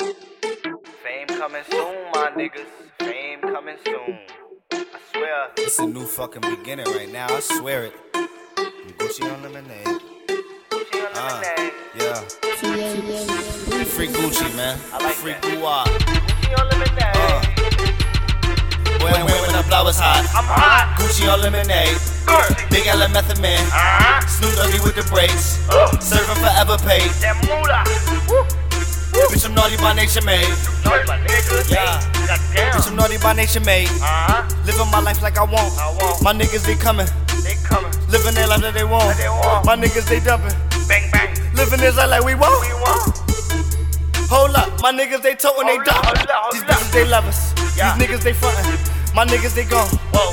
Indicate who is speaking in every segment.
Speaker 1: Fame coming soon, my niggas. Fame coming soon. I swear.
Speaker 2: It's a new fucking beginning right now. I swear it. Gucci on lemonade.
Speaker 1: Gucci on
Speaker 2: Uh,
Speaker 1: lemonade.
Speaker 2: yeah. Free Gucci, man.
Speaker 1: I like
Speaker 2: Free
Speaker 1: that.
Speaker 2: Gucci.
Speaker 1: Gucci on lemonade.
Speaker 2: Uh. When, when, when the blow is hot.
Speaker 1: I'm hot.
Speaker 2: Gucci on lemonade.
Speaker 1: Gucci.
Speaker 2: Big L and Method Man.
Speaker 1: Uh-huh.
Speaker 2: Snoop Doggy with the brakes.
Speaker 1: Uh.
Speaker 2: Serving forever paid.
Speaker 1: That moolah. Woo.
Speaker 2: Bitch, I'm naughty by nature made.
Speaker 1: Noise my niggas.
Speaker 2: Yeah. Bitch,
Speaker 1: Goddamn.
Speaker 2: I'm naughty by nature made.
Speaker 1: Uh-huh.
Speaker 2: Living my life like I want.
Speaker 1: I want.
Speaker 2: My niggas, they coming.
Speaker 1: They coming.
Speaker 2: Living their life that they
Speaker 1: That
Speaker 2: want.
Speaker 1: they want.
Speaker 2: My niggas, they dumping.
Speaker 1: Bang, bang.
Speaker 2: Living this life like we want.
Speaker 1: We want.
Speaker 2: Hold up, my niggas they totin', they
Speaker 1: Hold up,
Speaker 2: dumpin'.
Speaker 1: hold up, hold
Speaker 2: These
Speaker 1: up.
Speaker 2: bitches they love us.
Speaker 1: Yeah.
Speaker 2: These niggas they frontin'. My niggas they gone.
Speaker 1: Whoa.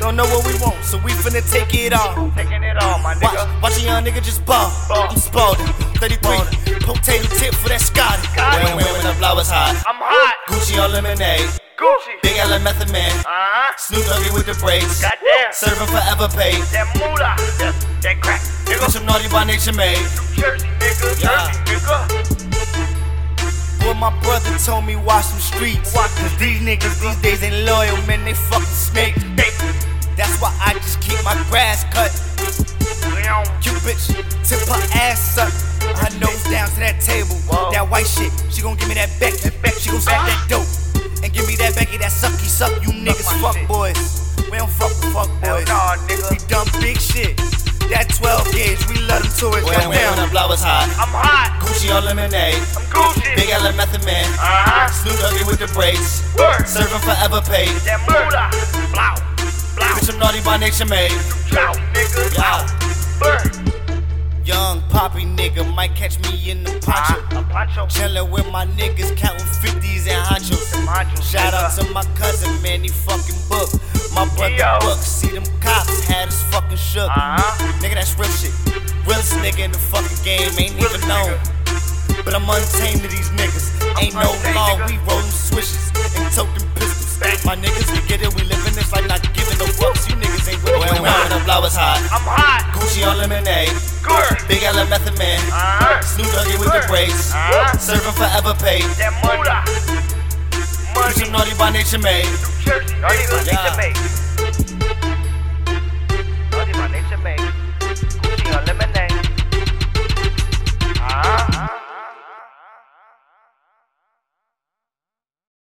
Speaker 2: Don't know what we want, so we finna take it on.
Speaker 1: Taking it all, my nigga.
Speaker 2: Watch, watch a young nigga just ball.
Speaker 1: Ball.
Speaker 2: I'm spalding. 33. Potato tip for that Scotty.
Speaker 1: Got it.
Speaker 2: When, when, when the flowers hot.
Speaker 1: I'm hot.
Speaker 2: Gucci on lemonade.
Speaker 1: Gucci.
Speaker 2: Big L and Method Man.
Speaker 1: Uh-huh.
Speaker 2: Snoop Doggy with the brakes.
Speaker 1: Goddamn.
Speaker 2: Serving forever paid.
Speaker 1: That moolah. That, that crack. Nigga.
Speaker 2: Bitch, I'm naughty by nature made.
Speaker 1: Jersey, nigga.
Speaker 2: Yeah.
Speaker 1: Jersey, nigga.
Speaker 2: But my brother told me watch them streets.
Speaker 1: Watch
Speaker 2: Cause these niggas these days ain't loyal, man. They fucking snakes.
Speaker 1: Hey.
Speaker 2: That's why I just keep my grass cut.
Speaker 1: Leon.
Speaker 2: You bitch, tip her ass up. Her nose down to that table.
Speaker 1: Whoa.
Speaker 2: That white shit, she gon' give me that Becky. She gon' smack
Speaker 3: Ah.
Speaker 2: that dope. And give me that Becky, that sucky suck. You niggas
Speaker 1: my
Speaker 2: fuck
Speaker 1: shit.
Speaker 2: boys. We don't fuck with fuck
Speaker 1: Hell
Speaker 2: boys.
Speaker 1: nah, nigga.
Speaker 2: We dumb big shit. That 12 gauge, we love them to it.
Speaker 3: When, when, when the blow is hot.
Speaker 1: I'm hot.
Speaker 3: Gucci on lemonade.
Speaker 1: I'm Gucci.
Speaker 3: Big L and Method Man.
Speaker 1: Uh-huh.
Speaker 3: Snoop Doggy with the brakes.
Speaker 1: Word.
Speaker 3: Serving forever paid.
Speaker 1: That moolah. Blow. Blow.
Speaker 3: Bitch, I'm naughty by nature made.
Speaker 1: Blow, nigga.
Speaker 3: Wow.
Speaker 1: Bird.
Speaker 3: Young poppy nigga might catch me in the
Speaker 1: Uh,
Speaker 3: poncho.
Speaker 1: a poncho.
Speaker 3: Chillin' with my niggas, counting 50s and honchos.
Speaker 1: Poncho,
Speaker 3: Shout out
Speaker 1: nigga.
Speaker 3: to my cousin, man, he fucking book. My brother
Speaker 1: Yo.
Speaker 3: book, see them cops had us fucking shook.
Speaker 1: Uh-huh.
Speaker 3: Nigga, that's real shit. Realest nigga in the fucking game, ain't
Speaker 1: Realest
Speaker 3: even known. But I'm untamed to these niggas. Ain't no
Speaker 1: untamed,
Speaker 3: law,
Speaker 1: nigga.
Speaker 3: we rollin' swishes and tote them pistols.
Speaker 1: Bang.
Speaker 3: My niggas, we get it, we livin' this life, not giving no fucks. You niggas ain't with it. When, when the blow is hot.
Speaker 1: I'm hot.
Speaker 3: Gucci on lemonade,
Speaker 1: Girl.
Speaker 3: Big L and Method Man.
Speaker 1: Uh,
Speaker 3: Snoop Doggy with the
Speaker 1: Word.
Speaker 3: brakes.
Speaker 1: Uh-huh.
Speaker 3: Serving forever paid.
Speaker 1: that moolah.
Speaker 3: Bitch,
Speaker 1: Money.
Speaker 3: I'm naughty by nature made.
Speaker 1: Jersey, nigga.
Speaker 3: Yeah.
Speaker 1: Jamaica.